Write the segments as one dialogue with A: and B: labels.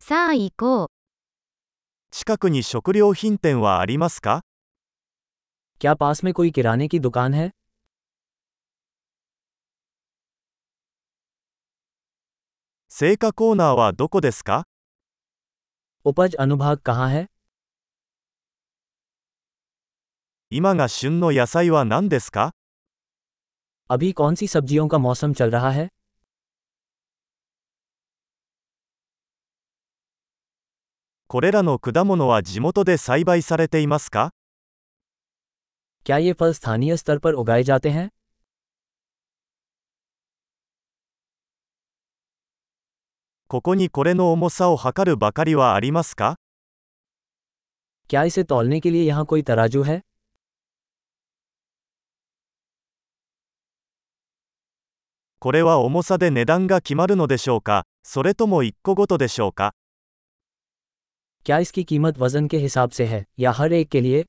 A: さあ行こう。
B: 近くに食料品店はありますか
C: क्या पास में कोई किराने की दुकान है
B: 青果コーナーはどこですか
C: उपज अनुभाग कहाँ है
B: 今が旬の野菜は何ですか
C: अभी कौन सी सब्जियों का मौसम चल रहा है
B: これらの果物は地元で栽培されていますか
C: क्या ये फल स्थानीय स्तर पर उगाए जाते हैं
B: ここにこれの重さを測るばかりはありますか
C: क्या इसे तौलने के लिए यहाँ कोई तराजू है
B: これは重さで値段が決まるのでしょうかそれとも1個ごとでしょうか
C: क्या इसकी कीमत वजन के हिसाब से है या हर एक के लिए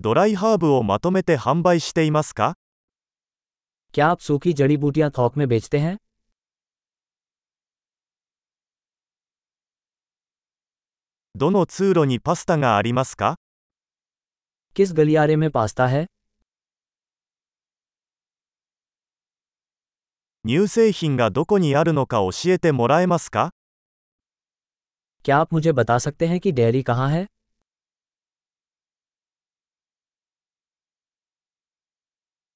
B: ドライハーブをまとめて販売していますか
C: क्या आप सूखी जड़ी बूटियाँ थोक में बेचते हैं
B: どの通路にパスタがありますか
C: किस गलियारे में पास्ता है
B: 乳製品がどこにあるのか教えてもらえますか
C: क्या आप मुझे बता सकते हैं कि डेयरी कहाँ है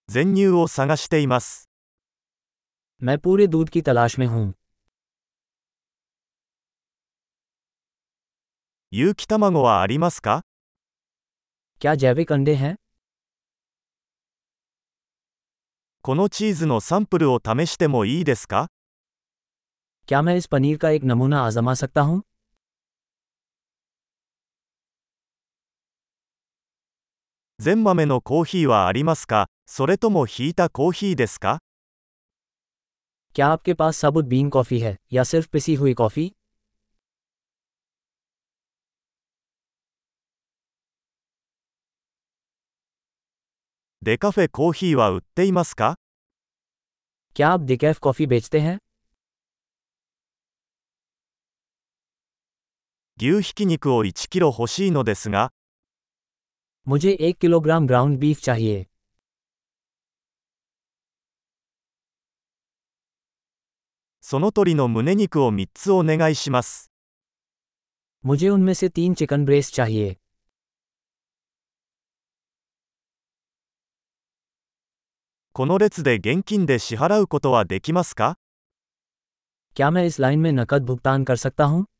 B: 全乳を探しています。
C: मैं पूरे दूध की तलाश में हूँ
B: 有機卵はありますか
C: क्या जैविक अंडे हैं
B: このチーズのサンプルを試してもいいですか
C: क्या मैं इस पनीर का एक नमूना आजमा सकता हूँ
B: 全豆のコーヒーはありますかそれともひいたコーヒーですか
C: क्या आपके पास साबुत बीन कॉफ़ी है या सिर्फ पिसी हुई कॉफ़ी
B: デカフェコーヒーは売っていますか
C: क्या आप डिकैफ कॉफ़ी बेचते हैं
B: 牛ひき肉を1キロ欲しいのですが、
C: मुझे एक किलोग्राम ग्राउंड बीफ चाहिए
B: その鳥の胸肉を3つお願いします。
C: मुझे उनमें से तीन चिकन ब्रेस्ट चाहिए
B: この列で現金で支払うことはできますか
C: क्या मैं इस लाइन में नकद भुगतान कर सकता हूँ